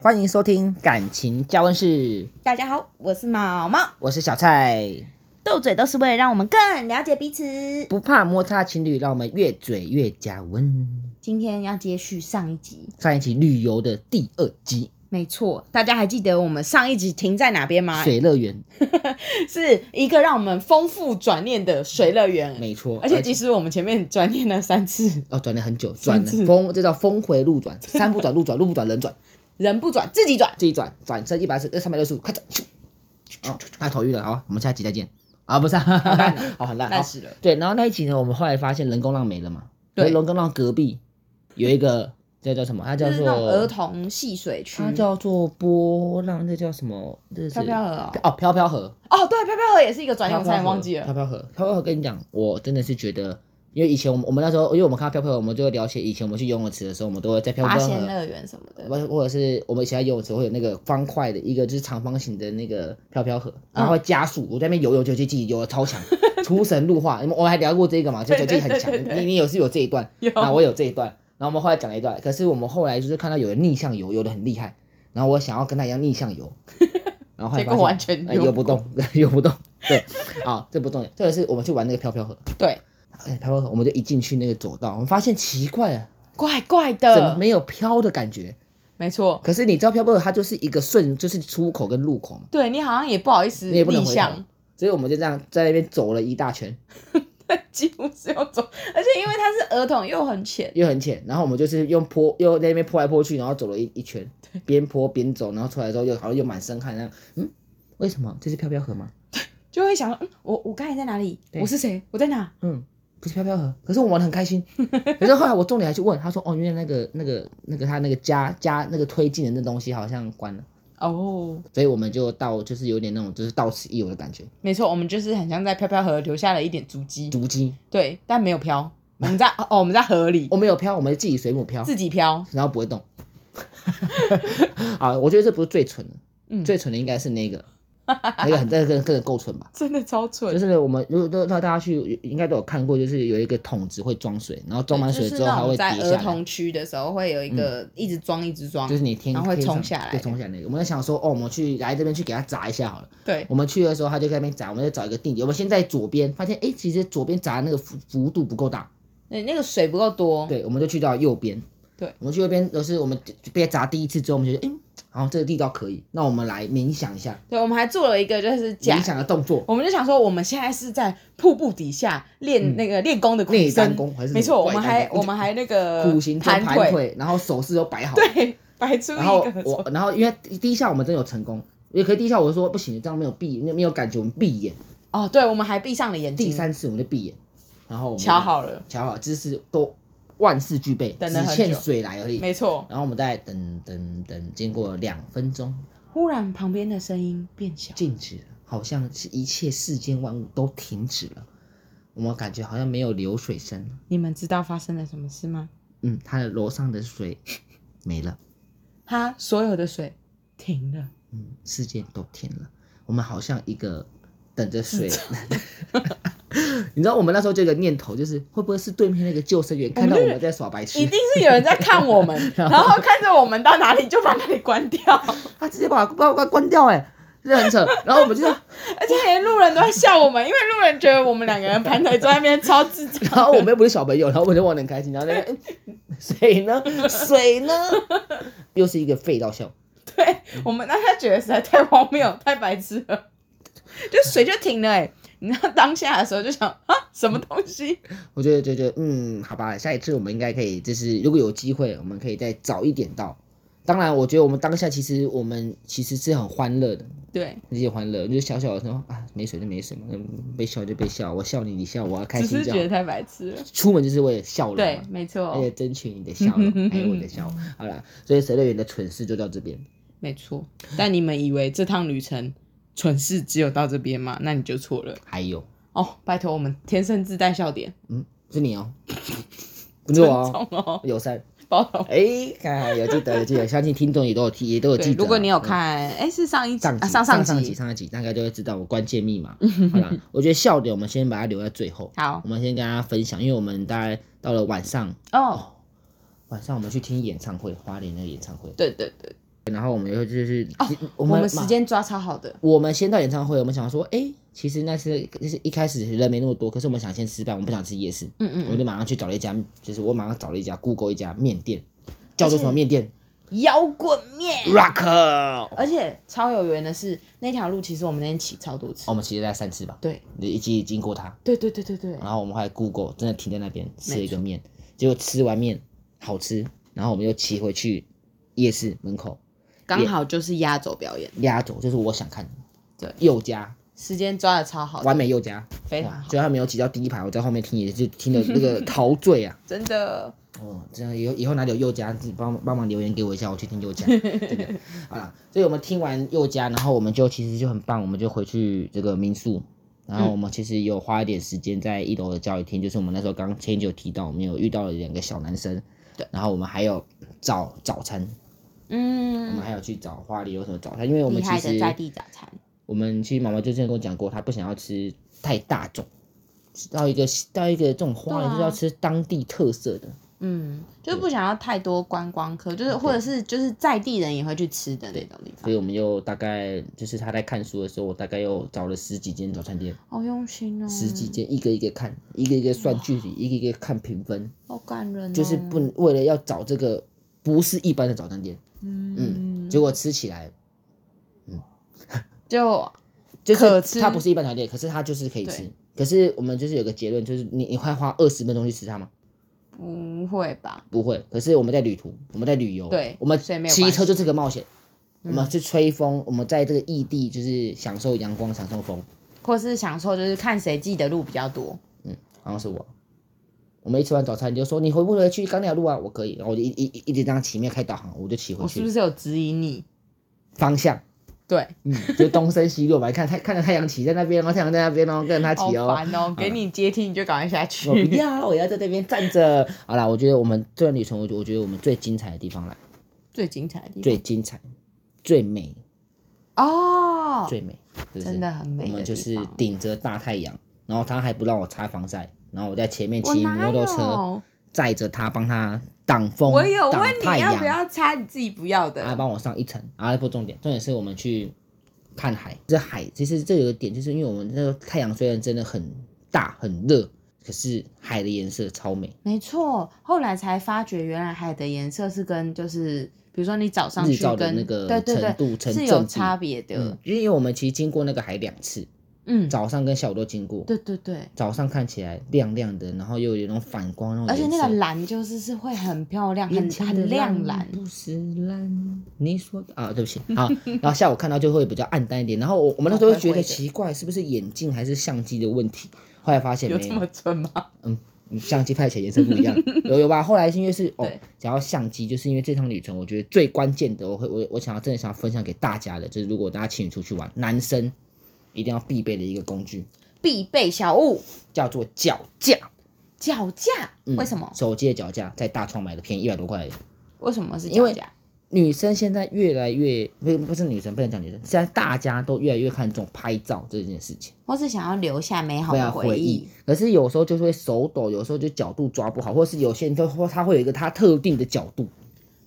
欢迎收听感情加温室，大家好，我是毛毛，我是小蔡。斗嘴都是为了让我们更了解彼此。不怕摩擦情侣，让我们越嘴越加温。今天要接续上一集，上一集旅游的第二集，没错，大家还记得我们上一集停在哪边吗？水乐园，是一个让我们丰富转念的水乐园，没错。而且其实我们前面转念了三次，哦，转了很久，转三了次峰，这叫峰回路转，山不转路转，路不转人转，人不转自己转，自己转，转身一百二三百六十五，开始。哦，他头晕了，好，我们下集再见。啊，不是、啊，烂了好很烂，烂好死了。对，然后那一集呢，我们后来发现人工浪没了嘛，对人工浪隔壁有一个，这叫什么？它就叫是做那种儿童戏水区，它叫做波浪，那叫什么？这是飘飘河哦哦，飘飘河，哦，对，飘飘河也是一个转念，我差飘点飘忘记河飘了。飘河，飘飘河，跟你讲，我真的是觉得，因为以前我们我们那时候，因为我们看到飘飘河，我们就会聊起以前我们去游泳池的时候，我们都会在飘八飘仙河。乐园什么的，或或者是我们以前在游泳池会有那个方块的一个就是长方形的那个飘飘河，嗯然后会加速。我在那边游游就自己游的超强， 出神入化。你们我们还聊过这个嘛，就觉得自己很强对对对对。对你你有是有这一段，有然后我有这一段，然后我们后来讲了一段，可是我们后来就是看到有人逆向游，游的很厉害，然后我想要跟他一样逆向游， 然后后来结果发现完全呃游游不不动，游不动。对， 好，这不重要，这个是我们去玩那个飘飘河，对，哎，飘飘河，我们就一进去那个走道，我们发现奇怪啊，怪怪怎么的，没有飘的感觉？没错，可是你知道飘飘河它就是一个顺，就是出口跟入口嘛，对你好像也不好意思你也不能逆回头向。，所以我们就这样在那边走了一大圈， 几乎是要走，而且因为它是儿童又很浅，又很浅，然后我们就是用坡，又在那边坡来坡去，然后走了一一圈，边坡边走，然后出来之后又好像又满身汗，那样，嗯，为什么这是飘飘河吗？就会想说，嗯，我我刚才在哪里？对我是谁？我在哪？嗯，不是飘飘河，可是我玩的很开心。可是后来我重点还去问，他说哦，因为那个那个那个他那个加加那个推进的那东西好像关了，哦，所以我们就到就是有点那种就是到此一游的感觉，没错，我们就是很像在飘飘河留下了一点足迹，足迹。对，但没有飘，我们在 哦，我们在河里我们有飘，我们自己水母飘，自己飘，然后不会动。 啊，我觉得这不是最蠢的，嗯最蠢的应该是那个，那个很那个更够蠢吧。真的超蠢就，是我们如果都让大家去，应该都有看过，就是有一个桶子会装水，然后装满水之后它就会是那跌种在下儿来。童区的时候会有一个一直装一直装就，是你天，然后会天上冲下来对，冲下来那个。我们在想说，哦，我们去来这边去给它砸一下好了。对，我们去的时候，它就在那边砸，我们就找一个定点。我们先在左边，发现哎，诶其实左边砸的那个幅幅度不够大，那那个水不够多，对，我们就去到右边。哦对，我们去右边，就是我们被砸第一次之后，我们觉得，哎，好像这个力道可以，那我们来冥想一下，对，我们还做了一个就是假冥。想的动作，我们就想说，我们现在是在瀑布底下练那个练嗯功的苦内丹身，功还是没错，我外们丹还功我们还那个苦行中呃盘盘腿，然后手势都摆好。 对，摆出一然后个很我，然后因为第一下我们真的有成功，也可以第一下我就说不行，这样没有闭，没有没有感觉，我们闭眼。哦，对，我们还闭上了眼睛，第三次我们就闭眼，然后我们就瞧好了，瞧好姿势都万事俱备，等只了很欠久水来而已。没错。然后我们再等等等，经过两分钟，忽然旁边的声音变小，静止了，好像是一切世间万物都停止了。我们感觉好像没有流水声了。你们知道发生了什么事吗？嗯，它的楼上的水 没了，它所有的水停了，嗯，世界都停了。我们好像一个等着 水。你知道我们那时候就有一个念头，就是会不会是对面那个救生员看到我们在耍白痴一，定是有人在看我们， 然后看着我们到哪里就把那里关掉， 他直接把把把关掉、欸，哎，这很扯。 然后我们就这样而且连路人都在笑我们，因为路人觉得我们两个人盘腿坐在那边超智障。然后我们又不是小朋友，然后我就玩的很开心，然后那 个嗯水呢，水呢，又是一个废到笑。 对我们当下觉得实在太荒谬、太白痴 了，就水就停了哎、欸你知道当下的时候就想啊，什么东 西？我觉得觉得嗯，好吧，下一次我们应该可以，就是如果有机会，我们可以再早一点到。当然，我觉得我们当下其实我们其实是很欢乐的，对，那些欢乐就是小小的说啊，没水就没水嘛，嗯被笑就被笑，我笑你你笑我，要开只心是就觉得好。太白痴了。出门就是为了哎笑容嘛，对，哦没错而，且争取你的笑容，还有我的笑容。好啦，所以水乐园的蠢事就到这边。没错。但你们以为这趟旅程蠢事只有到这边吗？那你就错了还有，哦。拜托，我们天生自带笑点，嗯，是你 哦，不是我尊哦，重哦，友善。包容。哎，看来有记得有记得，相信听众也都有记也都有记对，得。啊如果你有看，哎，是上一集上集、啊，上上上集上一集，大概就会知道我关键密 码。好啦，我觉得笑点我们先把它留在最后，好我们先跟大家分享，因为我们大概到了晚上，哦，晚上我们去听演唱会，花莲那个演唱会，对对对，然后我们又就是、哦其我我们时间抓超好的，我们先到演唱会，我们想说，哎、其实那次就是一开始人没那么多，可是我们想先吃饭，我们不想吃夜市，嗯我嗯，就马上去找了一家，就是我马上找了一家 Google 一家面店，叫做什么面店摇滚面， ？Rock。哦而且超有缘的是那条路，其实我们那天骑超多次我，们骑了大概三次吧，对一起经过它，对对对对对，然后我们还 Google 真的停在那边吃了一个面，结果吃完面好吃，然后我们又骑回去夜市门口刚好就是压轴表演，压轴，就是我想看的，对右加时间抓的超好的，完美右加，非常哇好虽然他没有挤到第一排，我在后面听也是听的那个陶醉啊。真的，哦，这样以后以后哪里有佑家，自己帮帮忙留言给我一下，我去听 佑家。真的好啦，所以我们听完佑家，然后我们就其实就很棒，我们就回去这个民宿。然后我们其实有花一点时间在一楼的教育厅，就是我们那时候刚前一集有提到，我们有遇到了两个小男生。对。然后我们还有找早餐，我们嗯，还有去找花里有什么早餐，因为我们厉其害的实在地早餐，我们其实妈妈就之前跟我讲过，她不想要吃太大众，到一个到一个这种花对莲啊就是要吃当地特色的。嗯，就是不想要太多观光客，就是或者是就是在地人也会去吃的那种地所方，以我们又大概就是他在看书的时候，我大概又找了十几间早餐店，好用心哦，十几间一个一个看，一个一个算距离，一个一个看评分，好感人哦，就是不能为了要找这个不是一般的早餐店，嗯，嗯，结果吃起来就就是可吃它不是一般早餐店，可是它就是可以吃对。可是我们就是有个结论，就是你你会花二十分钟去吃它吗？不会吧，不会。可是我们在旅途，我们在旅游，对我们所以没有骑关车系嗯就是个冒险，我们去吹风，我们在这个异地就是享受阳光，享受风。或是享受就是看谁记的路比较多，好像是我。我们一吃完早餐，你就说你回不回去刚那条路啊？我可以，然后我就一一一一直这样骑，没有开导航，我就骑回我哦是去不是有指引你？方向，对，嗯，就东升西落吧。你看太看着太阳骑在那边，然后太阳在那边，然后跟着他好骑哦。烦哦，给你阶梯你就赶快下去我。不要，我要在那边站着。好啦，我觉得我们这段旅程，我觉我觉得我们最精彩的地方来， 最精彩的地方最精彩，最美，哦，最美，就是真的很美我的地方。们就是顶着大太阳，然后他还不让我擦防晒，然后我在前面骑我哪摩托车有载着他，帮他挡风，我有挡问太你阳啊要不要擦，你自己不要他的。帮我上一层，然后不重点，重点是我们去看海。这海其实这有个点，就是因为我们那个太阳虽然真的很大很热，可是海的颜色超美，没错，后来才发觉原来海的颜色是跟就是，比如说你早上日去照的跟那个对对程对度成是正有比差别的嗯。，因为我们其实经过那个海两次，嗯，早上跟下午都经过。对对对，早上看起来亮亮的，然后又有那种反光那种而且哦颜色，那个蓝就是是会很漂亮，眼很前的很亮蓝。不是蓝。你说的啊，对不起啊。 然后下午看到就会比较暗淡一点，然后我我们那时候就觉得奇怪，是不是眼镜还是相机的问题？后来发现有没这有么，准吗？ 嗯相机拍起来颜色不一 样，有有吧？后来是因为是哦对，讲到相机，就是因为这趟旅程，我觉得最关键的，我会我我想要真的想要分享给大家的，就是如果大家情侣出去玩，男生一定要必备的一个工具必备小物，叫做脚架。脚架。嗯为什么？手机的脚架在大创买的便宜一百多块而已。为什么是因为脚架？女生现在越来越不不是女生，不能讲女生，现在大家都越来越看重拍照这件事情，或是想要留下美好对啊，的回忆。。可是有时候就是会手抖，有时候就角度抓不好，或是有些人都或他会有一个他特定的角度，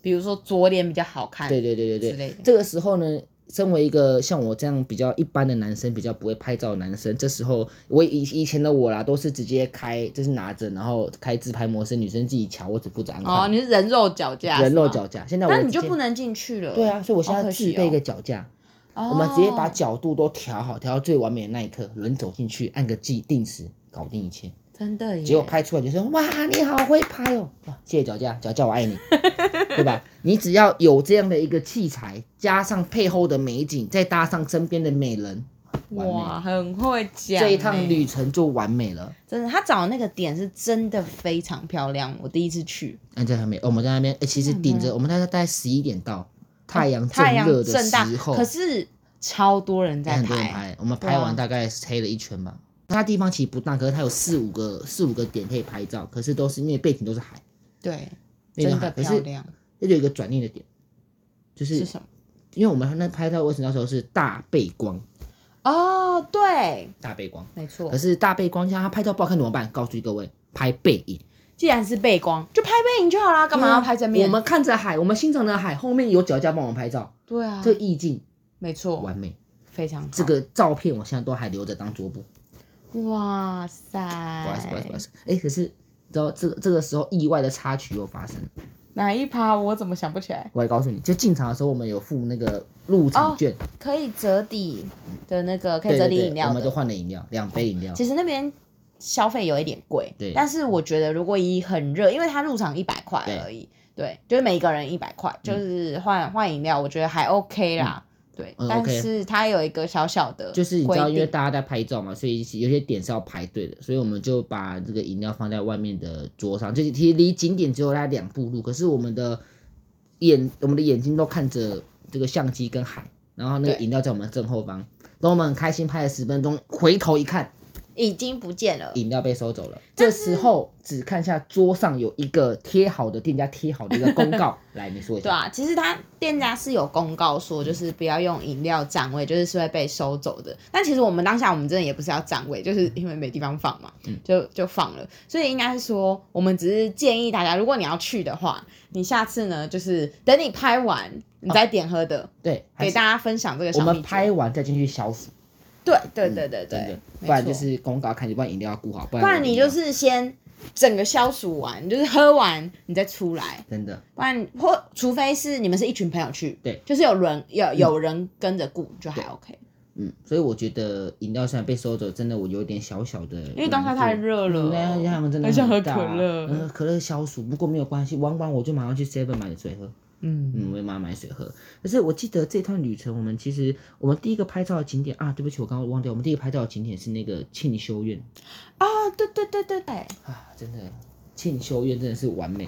比如说左脸比较好看，对对对对之对类的。这个时候呢，身为一个像我这样比较一般的男生，比较不会拍照的男生，这时候我以以前的我啦，都是直接开，就是拿着然后开自拍模式，女生自己瞧，我只负责按哦，快你是人肉脚架，人肉是吗，脚架。现在我那你直就接不能进去了。对啊，所以我现好在可自惜备一哦个脚架。哦，我们直接把角度都调好，调到最完美的那一刻，人走进去，按个计定时，搞定一切。真的耶，结果拍出来就说：“哇，你好会拍哦！”哇，谢谢脚架，脚架我爱你， 对吧？你只要有这样的一个器材，加上背后的美景，再搭上身边的美人，完美哇，很会讲这一趟欸旅程就完美了。真的，他找的那个点是真的非常漂亮，我第一次去，那这哎很美，我们在那边，诶其实顶着我们大概大概十一点到，太阳正哦太阳热的正大时，候，可是超多人也在很多人拍，拍，我们对拍啊完大概黑了一圈吧。它地方其实不大，可是它有四五个四五个点可以拍照，可是都是因为背景都是海，对，那个真海的可漂是亮。这就有一个转捩的点，就是是什么？因为我们那拍到为什么那时候是大背光，哦，对，大背光，没错可，是大背光下它拍照不好看怎么办？告诉各位，拍背影，既然是背光，就拍背影就好啦，干嘛要拍正啊面？我们看着海，我们欣赏着海，后面有脚架帮我们拍照，对啊，这意境没错，完美。非常好这个照片我现在都还留着当桌布。不好哇意思，不好意思，不好意塞，思。哎，可是你知道这个这个时候意外的插曲又发生了。哪一趴我怎么想不起来？我来告诉你，就进场的时候我们有付那个入场券，可以折抵的那个，哦可以对折对抵对，饮料我们就的。换了饮料，两杯饮料。其实那边消费有一点贵，对但是我觉得如果以很热，因为它入场一百块而已，对，就是每一个人一百块，就是换换饮料，我觉得还 OK 啦，对，嗯嗯但 OK 是它有一个小小的就是你知规道，因为定，大家在拍照嘛，所以有些点是要排队的，所以我们就把这个饮料放在外面的桌上。就是其实离景点只有大概两步路，可是我们的眼我们的眼睛都看着这个相机跟海，然后那个对饮料在我们正后方。等我们很开心拍了十分钟，回头一看，已经不见了，饮料被收走了。这时候只看一下桌上有一个贴好的店家贴好的一个公 告，来你说一对下。啊，其实他店家是有公告说，就是不要用饮料占位，就是是会被收走的。但其实我们当下我们真的也不是要占位，就是因为没地方放嘛，嗯就就放了。所以应该是说，我们只是建议大家，如果你要去的话，你下次呢，就是等你拍完，你再点喝的，对，哦还啊给是大家分享这个我小秘们诀拍完再进去消暑，对对对对真的对，，没不然错就是公告看，不然饮料要顾好，不然不然你饮料就是先整个消暑完，你就是喝完你再出来。真的。不然或除非是你们是一群朋友去，对，就是有人有有人跟着顾就还 OK，嗯，所以我觉得饮料虽然被收走，真的我有点小小的难过，因为当下太热了，对，啊他们真的很想喝大可乐嗯可乐消暑，不过没有关系，玩完我就马上去 Seven 买水喝，嗯，嗯，我也马上买水喝。可是我记得这趟旅程，我们其实我们第一个拍照的景点啊，对不起，我刚刚忘掉，我们第一个拍照的景点是那个庆修院啊，对对对对对，啊，真的庆修院真的是完美，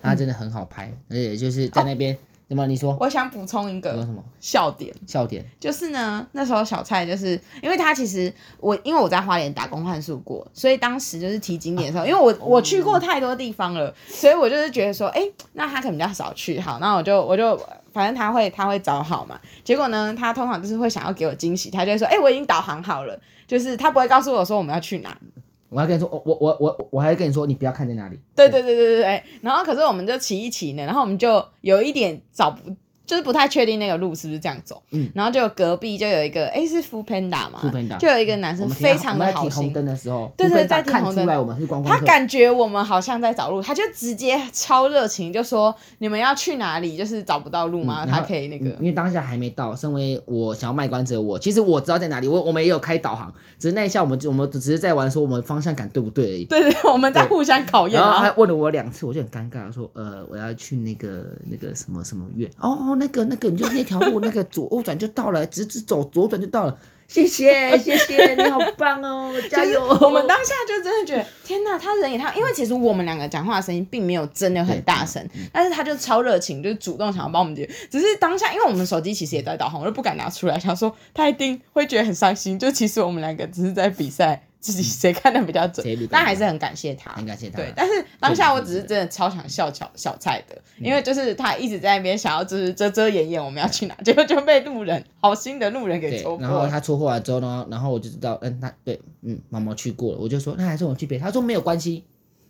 它真的很好拍，而且就是在那哦边，那么、你说我想补充一你说个什么笑点，笑点？就是呢，那时候小蔡就是因为他其实我因为我在花莲打工换宿过，所以当时就是提景点的时候，因为我我去过太多地方了，所以我就是觉得说，哎、那他可能比较少去，好，那我就我就反正他会他会找好嘛。结果呢，他通常就是会想要给我惊喜，他就会说，哎、我已经导航好了，就是他不会告诉我说我们要去哪，我还跟你说，我我我我我还跟你说，你不要看在哪里，对对对对对对。然后可是我们就骑一骑呢，然后我们就有一点找不，就是不太确定那个路是不是这样走。嗯。然后就隔壁就有一个，哎，是 f o o Panda 嘛 Foodpanda 就有一个男我生们非常的好停红心，灯的时候，对对路边在上停看红灯出来我们是观光他客，感觉我们好像在找路，他就直接超热情，就说你们要去哪里，就是找不到路吗？嗯然他后可以那个嗯，因为当下还没到，身为我想要卖关子的我，其实我知道在哪里，我我们也有开导航，只是那一下我们就我们只是在玩说我们方向感对不对而已。对对，我们在互相考验然后啊还。问了我两次，我就很尴尬，说呃我要去那个那个什么什么院，哦哦那个那个你就那条路那个左 右转就到了，直直走左转就到了。 谢谢谢谢，你好棒哦，加油！就是我们当下就真的觉得，天哪，他人也太……因为其实我们两个讲话的声音并没有真的很嗯大声，但是他就超热情，就是主动想要帮我们解决。只是当下，因为我们手机其实也在导航，我就不敢拿出来，想说他一定会觉得很伤心。就其实我们两个只是在比赛，自己谁看的比较准嗯谁比较，但还是很感谢他。很感谢他，对，但是当下我只是真的超想笑小小蔡的，嗯因为就是他一直在那边想要就是遮遮掩掩我们要去哪，结果就被路人好心的路人给对戳，破然后了。他戳破完之后呢，然后我就知道，嗯，他对，嗯，毛毛去过了，我就说那还是我去别的，他说没有关系，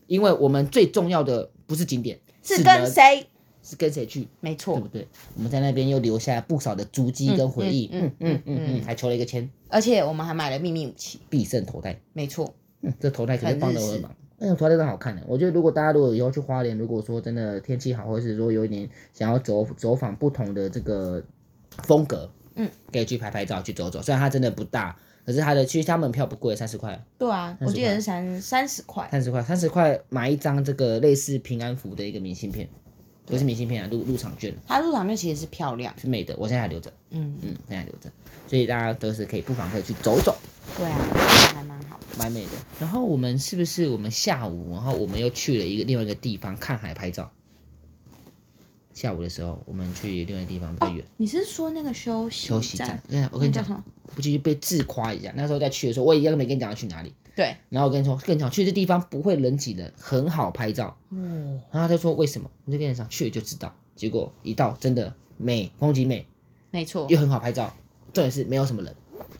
因为我们最重要的不是景点，是人跟谁？是跟谁去，没对错不，对？我们在那边又留下不少的足迹跟回忆，嗯嗯嗯嗯嗯嗯，还求了一个签，而且我们还买了秘密武器，必胜头戴，没错，嗯，这头戴可很是帮日了我的式忙。那种头戴真的好看的，欸我觉得如果大家如果以后去花莲，如果说真的天气好，或者是说有一点想要走走访不同的这个风格，嗯，可以去拍拍照，去走走。虽然它真的不大，可是它的其实它门票不贵，三十块。对啊， 30我记得是三三十块，三十块，三十块买一张这个类似平安符的一个明信片，不是明信片啊，入入场券它入场券其实是漂亮，是美的，我现在还留着，嗯，嗯，现在还留着，所以大家都是可以不妨可以去走走，对啊，还蛮好的。蛮美的。然后我们是不是我们下午，然后我们又去了一个另外一个地方看海拍照？下午的时候，我们去另外一个地方比较远、哦你是说那个休息休息站站？，对啊，我跟你那叫讲什么，不就是被自夸一下。那时候在去的时候，我一样没跟你讲要去哪里，对，然后我跟你说，跟你讲去这地方不会人挤人，很好拍照。哦，然后他就说为什么？我就跟你讲去了就知道。结果一到真的美，风景美，没错，又很好拍照，重点是没有什么人。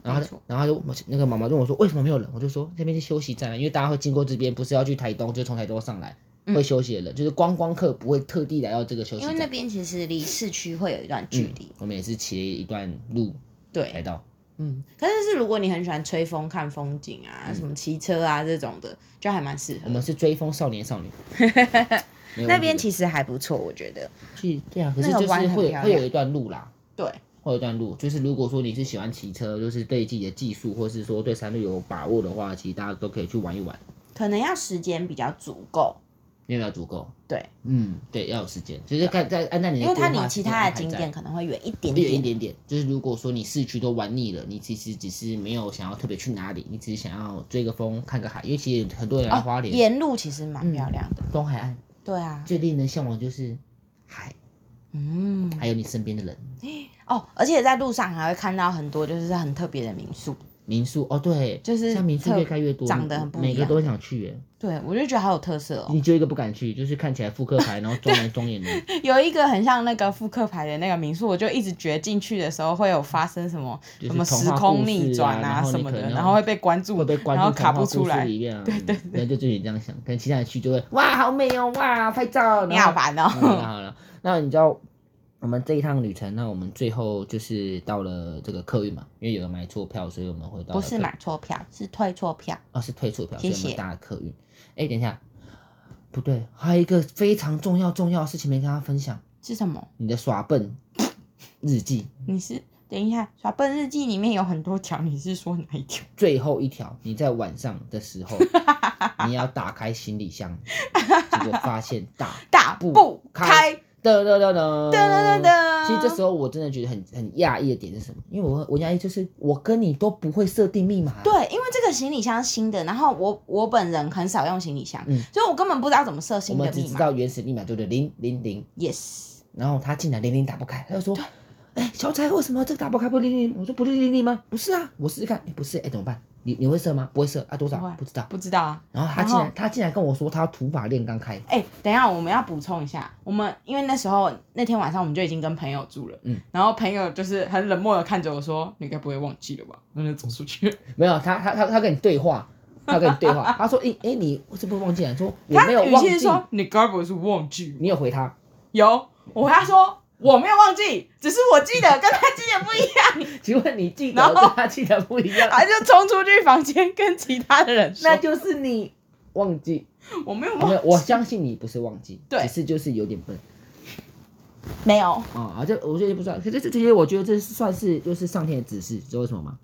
然后没他错然后他就那个妈妈就问我说为什么没有人？我就说这边是休息站啊，因为大家会经过这边，不是要去台东，就从台东上来，会休息的人，就是观光客不会特地来到这个休息嗯因为那站。嗯边其实离市区会有一段距离。我们也是骑了一段路对，来到，嗯，可是是如果你很喜欢吹风、看风景啊，什么骑车啊这种的，就还蛮适嗯我合。们是追风少年 少女。没有问题的那边其实还不错，我觉得。去对啊，可是那个就是弯很会漂亮会有一段路啦，对，会有一段路。就是如果说你是喜欢骑车，就是对自己的技术或是说对山路有把握的话，其实大家都可以去玩一玩，可能要时间比较足够。因为要足够。对，啊嗯，对，要有时间，就是看在按照你的规因为划去安排在，它离其他的景点可能会远一哦点略一点。点点。就是如果说你市区都玩腻了，你其实只是没有想要特别去哪里，你只是想要追个风、看个海，因为其实很多哦人来花莲、嗯沿路其实蛮漂亮的。东海岸对啊，最令人向往就是海，嗯，还有你身边的人。哦，而且在路上还会看到很多就是很特别的民宿。民宿哦，对，就是像民宿特越开越多，长得很不一每个样都很想去耶。对，我就觉得好有特色哦。你就一个不敢去，就是看起来复刻牌，然后庄严庄严的。有一个很像那个复刻牌的那个民宿，我就一直觉得进去的时候会有发生什么、就是什么童时话故空事逆转啊然后什你么可的，能然后会被关注，会被关然后进卡童话不故出事来。里面啊，对对对，就自己这样想，可能其他人去就会哇好美哦，哇拍照，你然后好烦嗯好了哦。好了，那你知道我们这一趟旅程，那我们最后就是到了这个客运嘛，因为有人买错票，所以我们会到不了是客买错票，是退错票。哦是退错票，所谢以我谢们搭了客运。哎，等一下，不对，还有一个非常重要重要的事情没跟大家分享，是什么？你的耍笨日记你是等一下，《小笨日记》里面有很多条，你是说哪一条？最后一条，你在晚上的时 候你要打开行李箱，结果发现大大不不开开，噔噔噔噔噔噔噔噔。其实这时候我真的觉得很很讶异的点是什么？因为我我讶异就是我跟你都不会设定密码、啊，对，因为这个行李箱是新的，然后我我本人很少用行李箱，嗯所以我根本不知道怎么设我新的们只密知码。道原始密码就是零零零， Yes，然后他竟然零零打不开，他就说：“哎、小仔，为什么这个打不开不零零？”我说：“不是零零吗？不是啊，我试试看，哎不是，哎、怎么办？你你会设吗？不会设啊，多少不会不知道。不知道啊。”然后他然竟后然他竟然跟我说他要土法炼钢开，哎、等一下，我们要补充一下，我们因为那时候那天晚上我们就已经跟朋友住了，嗯，然后朋友就是很冷漠的看着我说：“你该不会忘记了吧？”那就走出去。没有他他他他跟你对话，他跟你对话，他说：“哎、哎、你是不是忘记了？”说我他没有语忘气是记，说：“你该不会是忘记了你有回他。？”有，我跟他说。我没有忘记，只是我记得跟他记得不一样，请问你记得然后啊跟他记得不一样？他就冲出去房间跟其他的人说那就是你忘记，：“我没有没忘，有，我相信你不是忘记，对只是就是有点笨没有，啊啊！这我觉得不算，可是这这些我觉得这是算是就是上天的指示，知道为什么吗？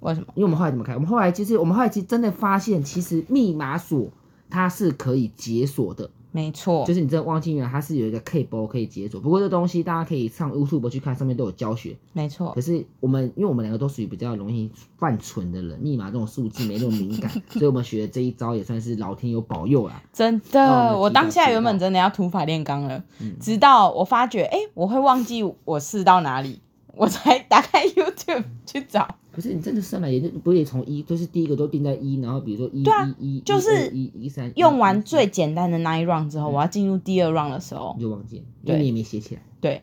为什么？因为我们后来怎么开？我们后来其实我们后来其实真的发现，其实密码锁它是可以解锁的，没错，就是你真的忘记原来它是有一个 K 包可以解锁。不过这东西大家可以上 YouTube 去看，上面都有教学。没错可，是我们因为我们两个都属于比较容易犯蠢的人，密码这种数字没那么敏 感，所以我们学这一招也算是老天有保佑啦。真哦那我们提的，早我当下知道原本真的要土法炼钢了，嗯直到我发觉，哎、我会忘记我试到哪里， 我才打开 YouTube 去找。可是你真的上来也就不也从一，就是第一个都定在一，然后比如说一对啊一一，就是一一三，用1完最简单的那一 round 嗯之后，我要进入第二 round 的时候你，就忘记了，因为对你也没写起来。嗯对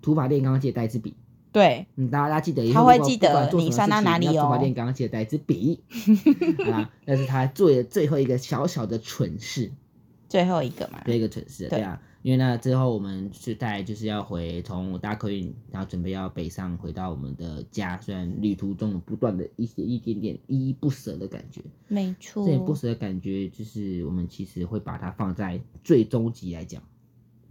土法炼钢记得带一支笔，对，嗯，大家大家记得以他后会如果记得不管做什么你算到事情哪里你要土法哦炼钢记得带一支 笔，好啦，那是他做的最后一个小小的蠢事，最后一个嘛，最后一个蠢事，对啊。因为那之后我们是带就是要回从搭客运，然后准备要北上回到我们的家，虽然旅途中有不断的一些一点点依依不舍的感觉，没错这点不舍的感觉，就是我们其实会把它放在最终集来讲，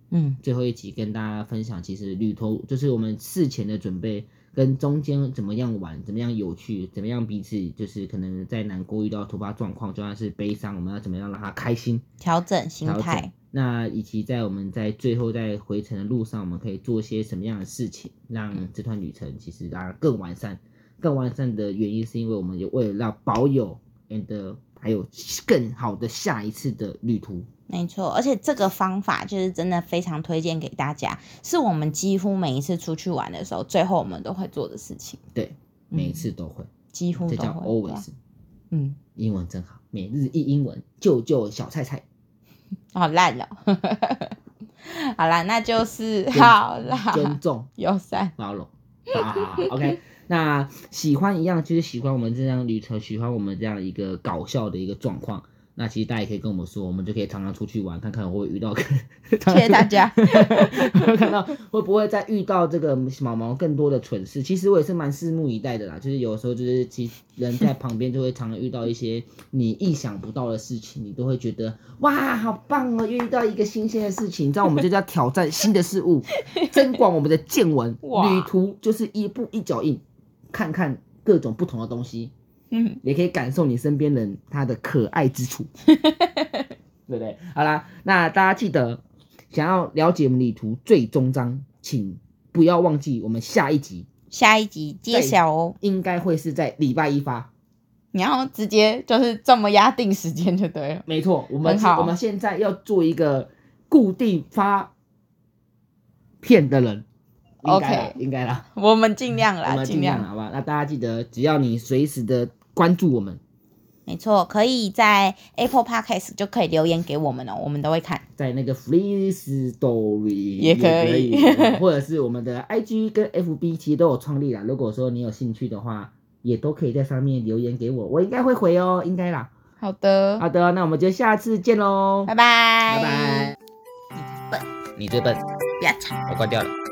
嗯，最后一集跟大家分享，其实旅途就是我们事前的准备，跟中间怎么样玩，怎么样有趣，怎么样彼此就是可能在难过遇到突发状况，就算是悲伤，我们要怎么样让它开心，调整心调整态，。那以及在我们在最后在回程的路上，我们可以做些什么样的事情，嗯让这段旅程其实让它更完善。更完善的原因是因为我们也为了让保有 and 还有更好的下一次的旅途。没错，而且这个方法就是真的非常推荐给大家，是我们几乎每一次出去玩的时候，最后我们都会做的事情，对，每一次都会，嗯几乎这都叫会。对啊 always。嗯，英文真好，每日一英文，救救小菜菜。好哦烂了、 好啦，那就是尊好啦尊，重友 善，包容。好好好好，OK。那喜欢一样，就是喜欢我们这样旅程，喜欢我们这样一个搞笑的一个状况。那其实大家也可以跟我们说，我们就可以常常出去玩，看看会不会遇到更。谢谢大家。 看到会不会再遇到这个毛毛更多的蠢事？其实我也是蛮拭目以待的啦。就是有时候就是其实人在旁边就会常常遇到一些你意想不到的事情，你都会觉得哇，好棒哦，又遇到一个新鲜的事情。你知道我们就叫挑战新的事物，增广我们的见闻，哇旅途就是一步一脚印，看看各种不同的东西，嗯，也可以感受你身边人他的可爱之 处，对不对？好啦，那大家记得想要了解我们旅途最终章，请不要忘记我们下一集下一集揭晓哦。应该会是在礼拜一发。你要直接就是这么压定时间就对了。没错，我们很好我们现在要做一个固定发片的人，应该啦 OK 应该啦。我们尽量我啦，们尽尽量量。好不好？那大家记得，只要你随时的关注我们，没错，可以在 Apple Podcast 就可以留言给我们哦，我们都会看。在那个 Free Story 也可以以哦 或者是我们的 IG 跟 FB 其实都有创立啦。如果说你有兴趣的话，也都可以在上面留言给我，我应该会回哦，应该啦。好的，好的，那我们就下次见喽，拜拜，拜拜。你最笨，不要吵。我关掉了。